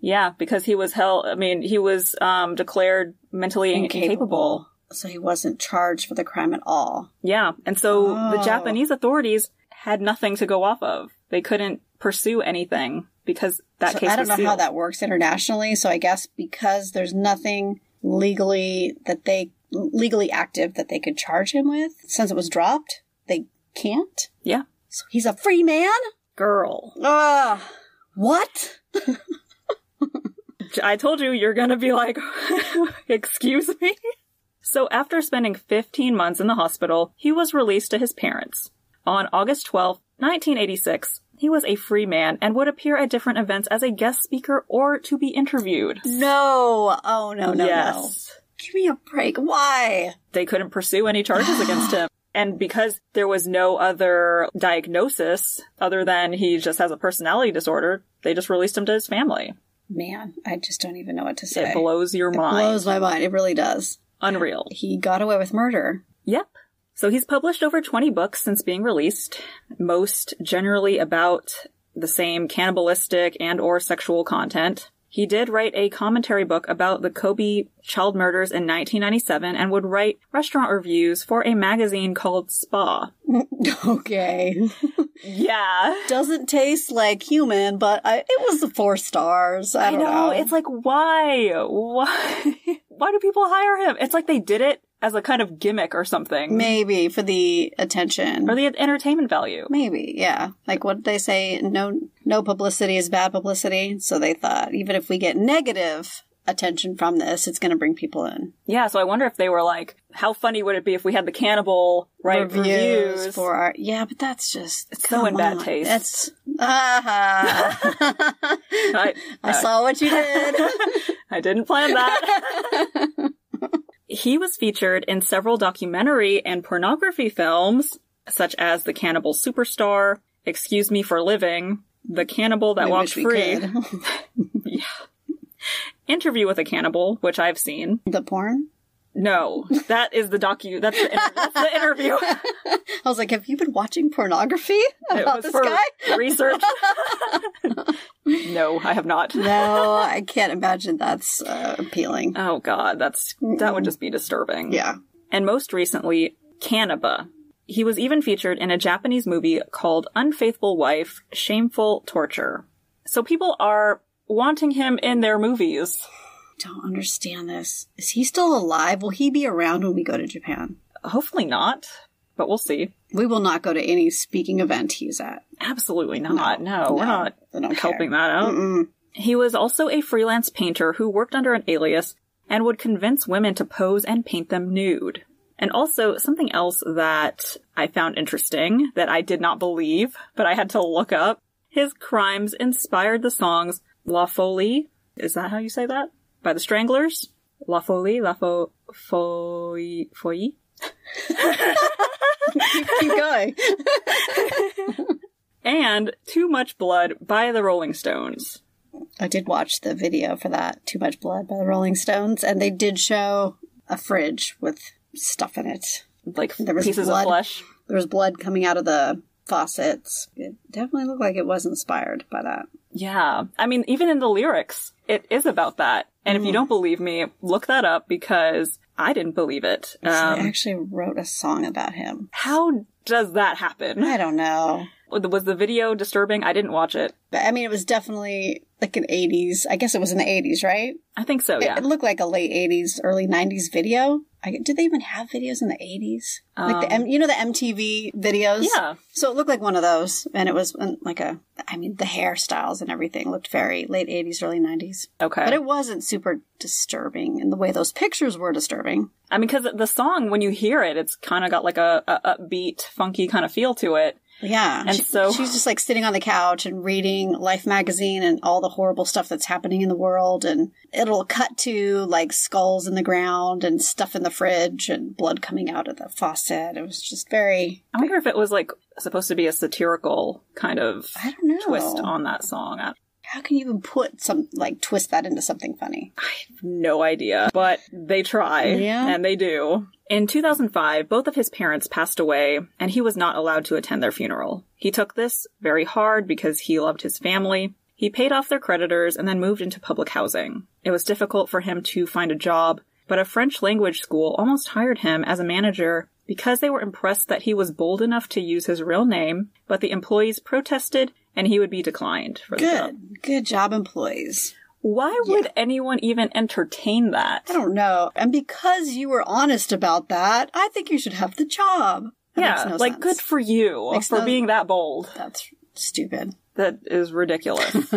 S2: Yeah, because he was held, I mean, he was um, declared mentally incapable.
S1: So he wasn't charged for the crime at all.
S2: Yeah, and so the
S1: Oh.
S2: Japanese authorities had nothing to go off of. They couldn't pursue anything because that
S1: So
S2: case
S1: I don't
S2: was
S1: know how
S2: sealed.
S1: that works internationally. So I guess because there's nothing legally that they legally active that they could charge him with since it was dropped, they can't.
S2: Yeah.
S1: So he's a free man.
S2: Girl,
S1: Ugh. What?
S2: I told you you're gonna be like, excuse me? So after spending 15 months in the hospital, he was released to his parents. On August 12, 1986, he was a free man and would appear at different events as a guest speaker or to be interviewed.
S1: No. Oh no no no.
S2: yes.
S1: Give me a break. Why?
S2: They couldn't pursue any charges against him. And because there was no other diagnosis other than he just has a personality disorder, they just released him to his family.
S1: Man, I just don't even know what to say.
S2: It blows your mind.
S1: blows my mind. It really does.
S2: Unreal.
S1: He got away with murder.
S2: Yep. So he's published over 20 books since being released, most generally about the same cannibalistic and or sexual content. He did write a commentary book about the Kobe child murders in 1997 and would write restaurant reviews for a magazine called Spa.
S1: okay.
S2: Yeah.
S1: Doesn't taste like human, but I, it was the four stars. I,
S2: I,
S1: don't
S2: know. It's like why? Why? Why do people hire him? It's like they did it as a kind of gimmick or something.
S1: Maybe for the attention.
S2: Or the entertainment value.
S1: Maybe, yeah. Like what did they say? No, no publicity is bad publicity. So they thought even if we get negative attention from this, it's going to bring people in.
S2: Yeah, so I wonder if they were like, how funny would it be if we had the cannibal right reviews?
S1: for our yeah, but that's just it's
S2: so in bad taste.
S1: That's ah,
S2: I,
S1: I saw what you did.
S2: I didn't plan that. he was featured in several documentary and pornography films, such as The Cannibal Superstar, Excuse Me for Living, The Cannibal That
S1: We
S2: Walked
S1: wish we
S2: Free,
S1: could.
S2: Interview with a Cannibal, which I've seen.
S1: the porn.
S2: No, that is the docu. That's the, inter- that's the interview.
S1: I was like, have you been watching pornography
S2: It
S1: about
S2: was
S1: this
S2: for
S1: guy?
S2: research. no, I have not.
S1: No, I can't imagine that's uh, appealing.
S2: Oh god, that's that would just be disturbing.
S1: Mm. Yeah.
S2: And most recently, Canaba. He was even featured in a Japanese movie called Unfaithful Wife: Shameful Torture. So people are wanting him in their movies.
S1: Don't understand this. Is he still alive? Will he be around when we go to Japan?
S2: Hopefully not, but we'll see.
S1: We will not go to any speaking event he's at.
S2: Absolutely not. No, we're
S1: Uh, No,
S2: not
S1: I don't care.
S2: helping that out.
S1: Mm-mm.
S2: He was also a freelance painter who worked under an alias and would convince women to pose and paint them nude. And also, something else that I found interesting that I did not believe, but I had to look up. His crimes inspired the songs La Folie. Is that how you say that? By the Stranglers? La Folie? La Fo- Folie? Folie?
S1: Keep going.
S2: And Too Much Blood by the Rolling Stones.
S1: I did watch the video for that, Too Much Blood by the Rolling Stones, and they did show a fridge with stuff in it.
S2: Like
S1: There was
S2: pieces
S1: blood.
S2: of flesh.
S1: There was blood coming out of the faucets. It definitely looked like it was inspired by that.
S2: Yeah. I mean, even in the lyrics, it is about that. And
S1: Mm.
S2: if you don't believe me, look that up because I didn't believe it.
S1: I
S2: Um,
S1: actually wrote a song about him.
S2: how does that happen?
S1: I don't know.
S2: Was the video disturbing? I didn't watch it.
S1: But I mean, it was definitely like an 80s. I guess it was in the 80s, right?
S2: I think so,
S1: It-
S2: Oh, yeah.
S1: It, looked like a late 80s, early 90s video. I, did they even have videos in the 80s? like the M, you know the MTV videos?
S2: Um, Yeah.
S1: So it looked like one of those and it was um, like a I mean the hairstyles and everything looked very late 80s, early 90s.
S2: Okay.
S1: But it wasn't super disturbing in the way those pictures were disturbing.
S2: I mean, because the song, when you hear it, it's kind of got like a, a upbeat, funky kind of feel to it.
S1: Yeah.
S2: And
S1: she-
S2: so-
S1: she's just like sitting on the couch and reading Life magazine and all the horrible stuff that's happening in the world. And it'll cut to like skulls in the ground and stuff in the fridge and blood coming out of the faucet. It was just very,
S2: I wonder if it was like supposed to be a satirical kind of
S1: I don't know.
S2: twist on that song. I
S1: How can you even put some, like, twist that into something funny?
S2: no idea, but they try
S1: Yeah.
S2: and they do. In 2005, both of his parents passed away and he was not allowed to attend their funeral. He took this very hard because he loved his family. He paid off their creditors and then moved into public housing. It was difficult for him to find a job, but a French language school almost hired him as a manager because they were impressed that he was bold enough to use his real name, but the employees protested and he would be declined for the job.
S1: Good. Good job, employees.
S2: Why would anyone even entertain that?
S1: I don't know. And because you were honest about that, I think you should have the job. That
S2: yeah,
S1: makes no
S2: like
S1: sense.
S2: good for you
S1: Makes
S2: for
S1: no-
S2: being that bold.
S1: That's stupid.
S2: That is ridiculous.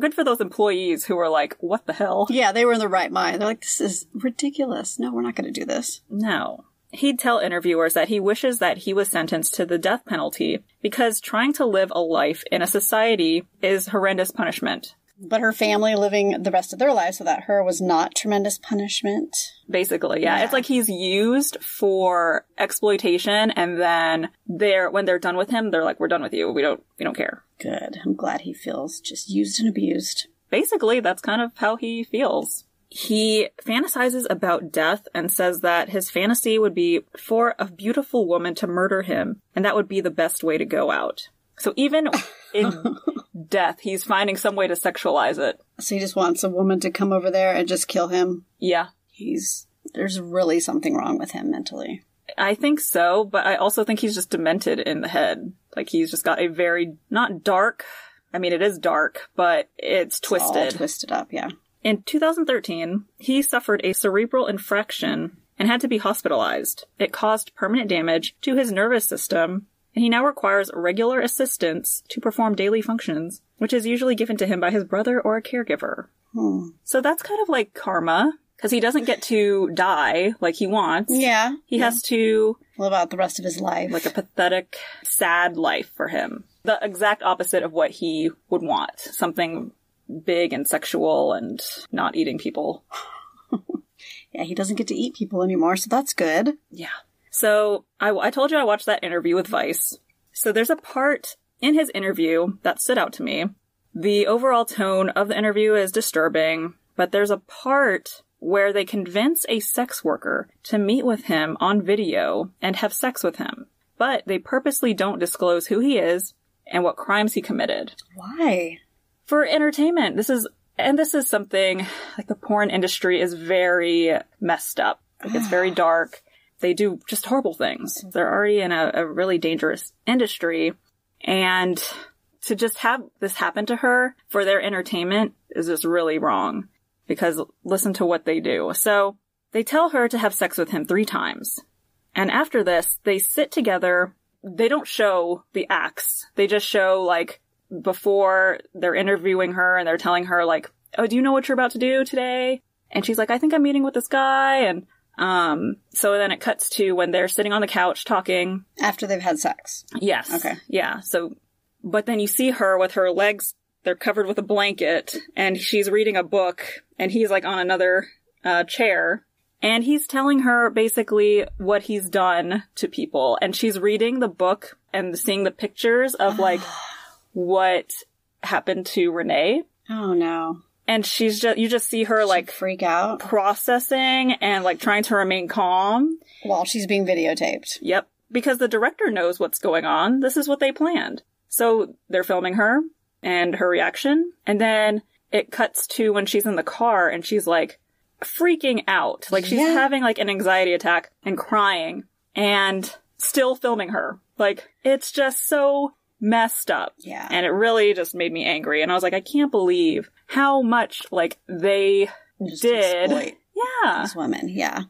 S2: good for those employees who are like, "What the hell?"
S1: Yeah, they were in the right mind. They're like, this is ridiculous. No, we're not going to do this.
S2: No. He'd tell interviewers that he wishes that he was sentenced to the death penalty because trying to live a life in a society is horrendous punishment.
S1: But her family living the rest of their lives without her was not tremendous punishment.
S2: Basically, yeah.
S1: Yeah.
S2: It's like he's used for exploitation and then they're when they're done with him, they're like, We're done with you. We don't we don't care.
S1: Good. I'm glad he feels just used and abused.
S2: basically that's kind of how he feels. He fantasizes about death and says that his fantasy would be for a beautiful woman to murder him, and that would be the best way to go out. So even in death, he's finding some way to sexualize it.
S1: So he just wants a woman to come over there and just kill him.
S2: Yeah,
S1: He's there's really something wrong with him mentally.
S2: I think so, but I also think he's just demented in the head. Like he's just got a very, not dark, I mean, it is dark, but it's
S1: All
S2: twisted.
S1: twisted up, yeah.
S2: In 2013, he suffered a cerebral infraction and had to be hospitalized. It caused permanent damage to his nervous system, and he now requires regular assistance to perform daily functions, which is usually given to him by his brother or a caregiver.
S1: Hmm.
S2: So that's kind of like karma, because he doesn't get to die like he wants.
S1: Yeah.
S2: He has to
S1: Live out the rest of his life.
S2: like a pathetic, sad life for him. The exact opposite of what he would want. Something big and sexual and not eating people.
S1: yeah, he doesn't get to eat people anymore, so that's good.
S2: Yeah. So I, I told you I watched that interview with Vice. So there's a part in his interview that stood out to me. The overall tone of the interview is disturbing, but there's a part where they convince a sex worker to meet with him on video and have sex with him. But they purposely don't disclose who he is and what crimes he committed
S1: Why?
S2: for entertainment. This is, and this is something like the porn industry is very messed up. Like, it's very dark. They do just horrible things. They're already in a, a really dangerous industry. And to just have this happen to her for their entertainment is just really wrong because listen to what they do. So they tell her to have sex with him three times. And after this, they sit together. They don't show the acts. They just show like before they're interviewing her and they're telling her like, "Oh, do you know what you're about to do today?" And she's like, "I think I'm meeting with this guy." And um, so then it cuts to when they're sitting on the couch talking.
S1: After they've had sex.
S2: Yes.
S1: Okay.
S2: Yeah. So, but then you see her with her legs. They're covered with a blanket, and she's reading a book, and he's like on another uh, chair, and he's telling her basically what he's done to people, and she's reading the book and seeing the pictures of like what happened to Renee,
S1: Oh no.
S2: and she's just you just see her like
S1: freak out
S2: processing and like trying to remain calm.
S1: while she's being videotaped.
S2: Yep, because the director knows what's going on. This is what they planned. So they're filming her and her reaction, and then it cuts to when she's in the car and she's like freaking out. Like she's
S1: Yeah.
S2: having like an anxiety attack and crying and still filming her. Like it's just so messed up.
S1: Yeah.
S2: And it really just made me angry. And I was like, I can't believe how much like they
S1: Just
S2: did.
S1: exploit
S2: Yeah.
S1: These women, yeah.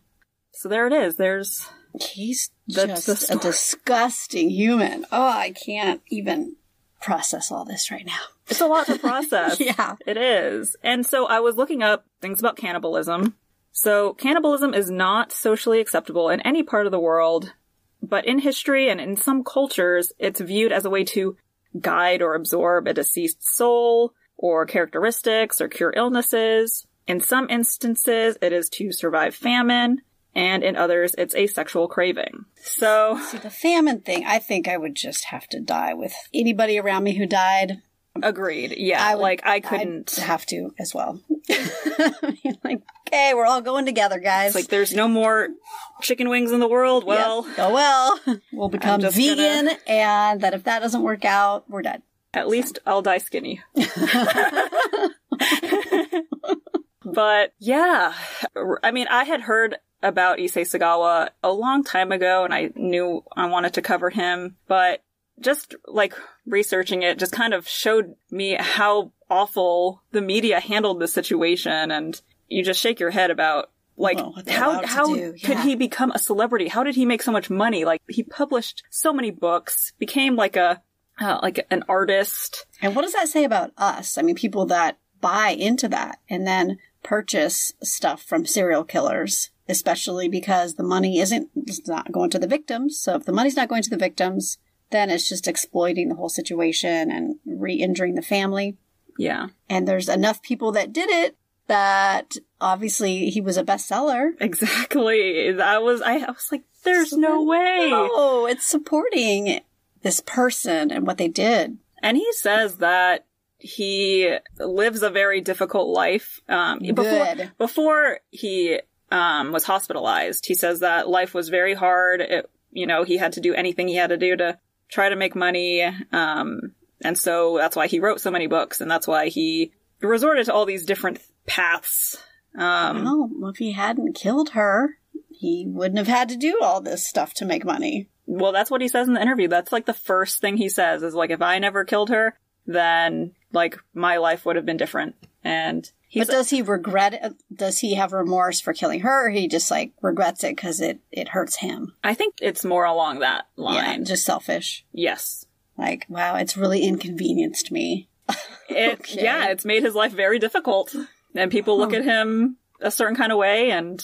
S2: So there it is. There's
S1: He's
S2: That's the
S1: just a
S2: story.
S1: disgusting human. Oh, I can't even process all this right now.
S2: it's a lot to process.
S1: Yeah.
S2: It is. And so I was looking up things about cannibalism. So cannibalism is not socially acceptable in any part of the world, but in history and in some cultures, it's viewed as a way to guide or absorb a deceased soul or characteristics or cure illnesses. In some instances, it is to survive famine, and in others, it's a sexual craving. So,
S1: See, the famine thing, I think I would just have to die with anybody around me who died.
S2: agreed. Yeah,
S1: would-
S2: like I couldn't.
S1: I'd have to as well. I mean, like, okay, we're all going together, guys.
S2: like there's no more chicken wings in the world. Well,
S1: oh well, we'll become
S2: just
S1: vegan, and that if that doesn't work out, we're done.
S2: At least I'll die skinny. but yeah, I mean, I had heard about Issei Sagawa a long time ago and I knew I wanted to cover him, but just like researching it just kind of showed me how awful the media handled the situation and you just shake your head about like
S1: Well, what they're allowed
S2: how
S1: to
S2: how
S1: do,
S2: could
S1: yeah.
S2: he become a celebrity? How did he make so much money? Like he published so many books, became like a uh, like an artist.
S1: And what does that say about us? I mean, people that buy into that and then purchase stuff from serial killers, especially because the money isn't it's not going to the victims. So if the money's not going to the victims, then it's just exploiting the whole situation and re-injuring the family.
S2: Yeah,
S1: And there's enough people that did it that obviously he was a bestseller.
S2: exactly. I was I, I was like, there's no way.
S1: Oh, it's supporting this person and what they did.
S2: And he says that he lives a very difficult life. Um, before
S1: Good.
S2: before he um, was hospitalized, he says that life was very hard. It, you know, he had to do anything he had to do to try to make money. Um, and so that's why he wrote so many books, and that's why he resorted to all these different paths. Um,
S1: Well, if he hadn't killed her, he wouldn't have had to do all this stuff to make money.
S2: Well, that's what he says in the interview. That's like the first thing he says is like, if I never killed her, then like my life would have been different. And he's
S1: but does he regret it? Does he have remorse for killing her? Or he just like regrets it because it, it hurts him.
S2: I think it's more along that
S1: Yeah,
S2: line.
S1: just selfish.
S2: Yes.
S1: Like, wow, it's really inconvenienced me.
S2: It,
S1: Okay. Oh.
S2: Yeah, it's made his life very difficult. And people look at him a certain kind of way and.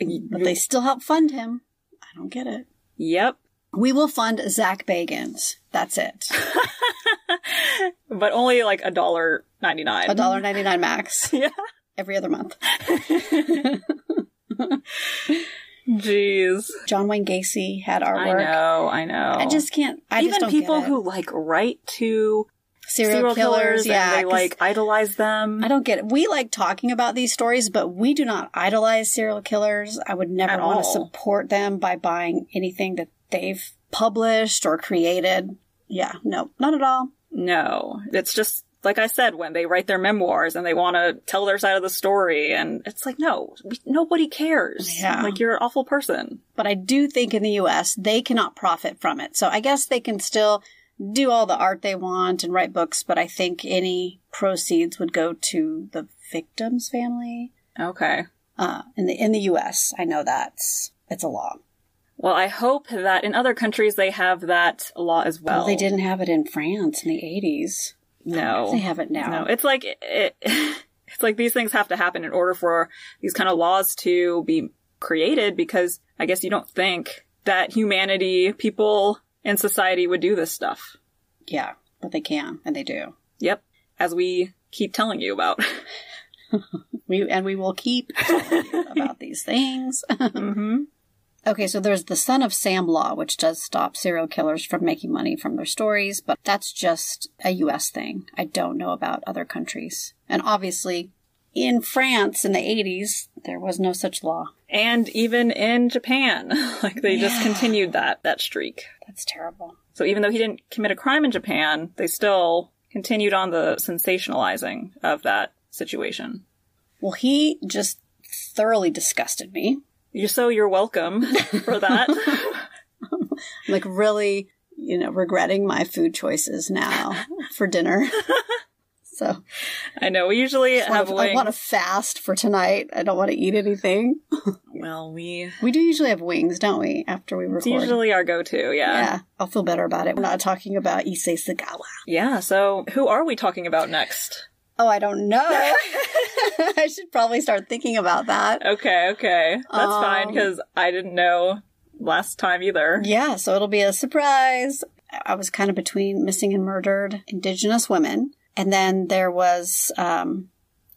S1: But they still help fund him. I don't get it.
S2: Yep.
S1: We will fund Zach Bagans. That's it.
S2: But only like a dollar ninety nine.
S1: A dollar ninety nine max
S2: Yeah.
S1: every other month.
S2: Jeez.
S1: John Wayne Gacy had artwork.
S2: I know, I know.
S1: I just can't. I
S2: Even
S1: just don't
S2: people
S1: get it.
S2: who like write to
S1: serial,
S2: serial
S1: killers,
S2: killers,
S1: yeah,
S2: and they
S1: 'cause-
S2: like idolize them.
S1: I don't get it. We like talking about these stories, but we do not idolize serial killers. I would never
S2: At
S1: want to
S2: all.
S1: support them by buying anything that they've published or created. Yeah, no, not at all.
S2: No, it's just like I said when they write their memoirs and they want to tell their side of the story, and it's like no, we- nobody cares.
S1: Yeah.
S2: like you're an awful person.
S1: But I do think in the US, they cannot profit from it. So I guess they can still do all the art they want and write books, but I think any proceeds would go to the victim's family.
S2: Okay.
S1: Uh, in the in the US, I know that's it's a law.
S2: Well, I hope that in other countries they have that law as well.
S1: Well, Oh, they didn't have it in France in the 80s.
S2: No,
S1: They have it now.
S2: No, it's like it, it's like these things have to happen in order for these kind of laws to be created because I guess you don't think that humanity, people in society would do this stuff.
S1: Yeah, but they can and they do.
S2: Yep, as we keep telling you about.
S1: We and we will keep telling you about these things.
S2: hmm
S1: Okay, so there's the Son of Sam law, which does stop serial killers from making money from their stories, but that's just a US thing. I don't know about other countries. And obviously, in France in the 80s, there was no such law.
S2: And even in Japan, like they just
S1: Yeah.
S2: continued that that streak.
S1: That's terrible.
S2: So even though he didn't commit a crime in Japan, they still continued on the sensationalizing of that situation.
S1: Well, he just thoroughly disgusted me.
S2: You so you're welcome for that.
S1: Like, really, you know, regretting my food choices now for dinner. so,
S2: I know we usually
S1: I
S2: have
S1: want to
S2: wings.
S1: fast for tonight. I don't want to eat anything.
S2: Well, we
S1: We do usually have wings, don't we, after we record?
S2: it's usually our go-to. Yeah.
S1: Yeah, I'll feel better about it. We're not talking about Issei Sagawa.
S2: Yeah. So who are we talking about next?
S1: Oh, I don't know. I should probably start thinking about that.
S2: Okay. Okay. That's
S1: Um,
S2: fine because I didn't know last time either.
S1: Yeah, so it'll be a surprise. I I was kind of between missing and murdered Indigenous women, and then there was um,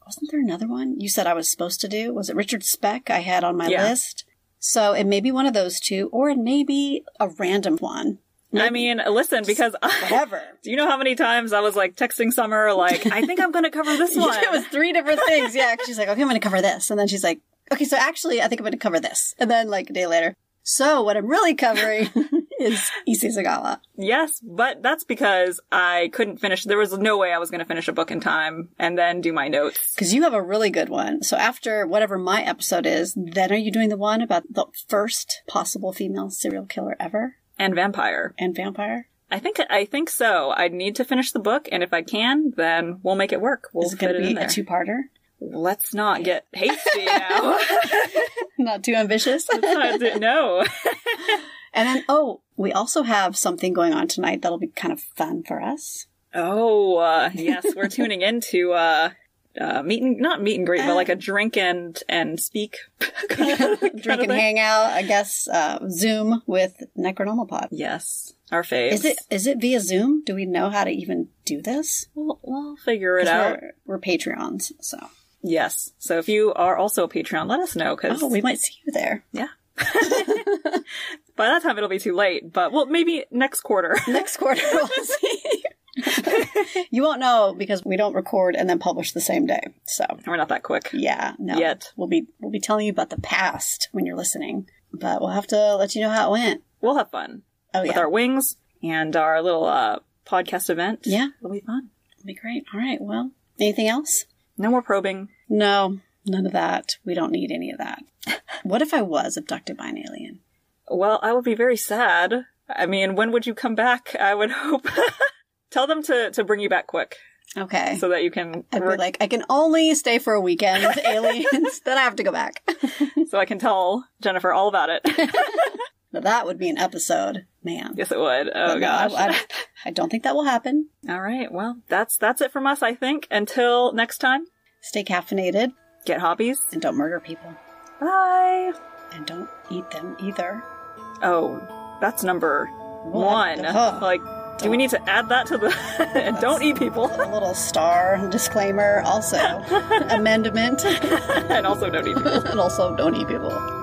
S1: wasn't there another one you said I was supposed to do? Was it Richard Speck I had on my
S2: Yeah.
S1: list? So it may be one of those two, or it may be a random one.
S2: I mean, listen, because I,
S1: Whatever.
S2: do you know how many times I was like texting Summer, like I think I'm going to cover this one.
S1: it was three different things. Yeah, 'cause she's like, okay, I'm going to cover this, and then she's like, okay, so actually, I think I'm going to cover this, and then like a day later, so what I'm really covering is Issei Sagawa.
S2: Yes, but that's because I couldn't finish. There was no way I was going to finish a book in time and then do my notes.
S1: Because you have a really good one. So after whatever my episode is, then are you doing the one about the first possible female serial killer ever
S2: And vampire.
S1: and vampire?
S2: I think I think so. I need to finish the book, and if I can, then we'll make it work. We'll
S1: is it
S2: fit
S1: going
S2: it
S1: to
S2: in
S1: be
S2: there.
S1: a two-parter?
S2: Let's not get hasty now.
S1: Not too ambitious.
S2: no.
S1: and then, oh, we also have something going on tonight that'll be kind of fun for us.
S2: Oh uh, yes, we're tuning into uh, uh, meet and not meet and greet, but like a drink and and speak.
S1: Drink and hang out, I guess, uh, Zoom with Necronomicon.
S2: Yes, our faves.
S1: Is it is it via Zoom? Do we know how to even do this?
S2: We'll, we'll figure it
S1: 'Cause
S2: out.
S1: We're, we're Patreons, so
S2: Yes. So if you are also a Patreon, let us know because
S1: oh, we might see you there.
S2: yeah. By that time it'll be too late, but well, maybe next quarter.
S1: Next quarter we'll see. you won't know because we don't record and then publish the same day. So
S2: We're not that quick.
S1: yeah, no.
S2: Yet.
S1: We'll be we'll be telling you about the past when you're listening. But we'll have to let you know how it went.
S2: We'll have fun
S1: Oh
S2: with
S1: yeah.
S2: our wings and our little uh, podcast event.
S1: Yeah.
S2: it'll be fun.
S1: That'd be great. All right. Well, anything else?
S2: No more probing.
S1: No, none of that. We don't need any of that. what if I was abducted by an alien?
S2: Well, I would be very sad. I mean, when would you come back? I would hope. Tell them to to bring you back quick
S1: Okay.
S2: so that you can
S1: I'd be
S2: re-
S1: like, I can only stay for a weekend with aliens. then I have to go back.
S2: so I can tell Jennifer all about it.
S1: Now that would be an episode, man.
S2: yes, it would. Oh
S1: But no, I-
S2: gosh.
S1: I- I don't think that will happen.
S2: All right. Well, that's that's it from us, I think. Until next time,
S1: Stay caffeinated
S2: get hobbies.
S1: and don't murder people.
S2: Bye.
S1: And don't eat them either.
S2: Oh, that's number
S1: What
S2: one.
S1: the- huh.
S2: Like, do we need to add that to the don't eat people
S1: A little star disclaimer, also amendment,
S2: and also don't eat people?
S1: and also don't eat people.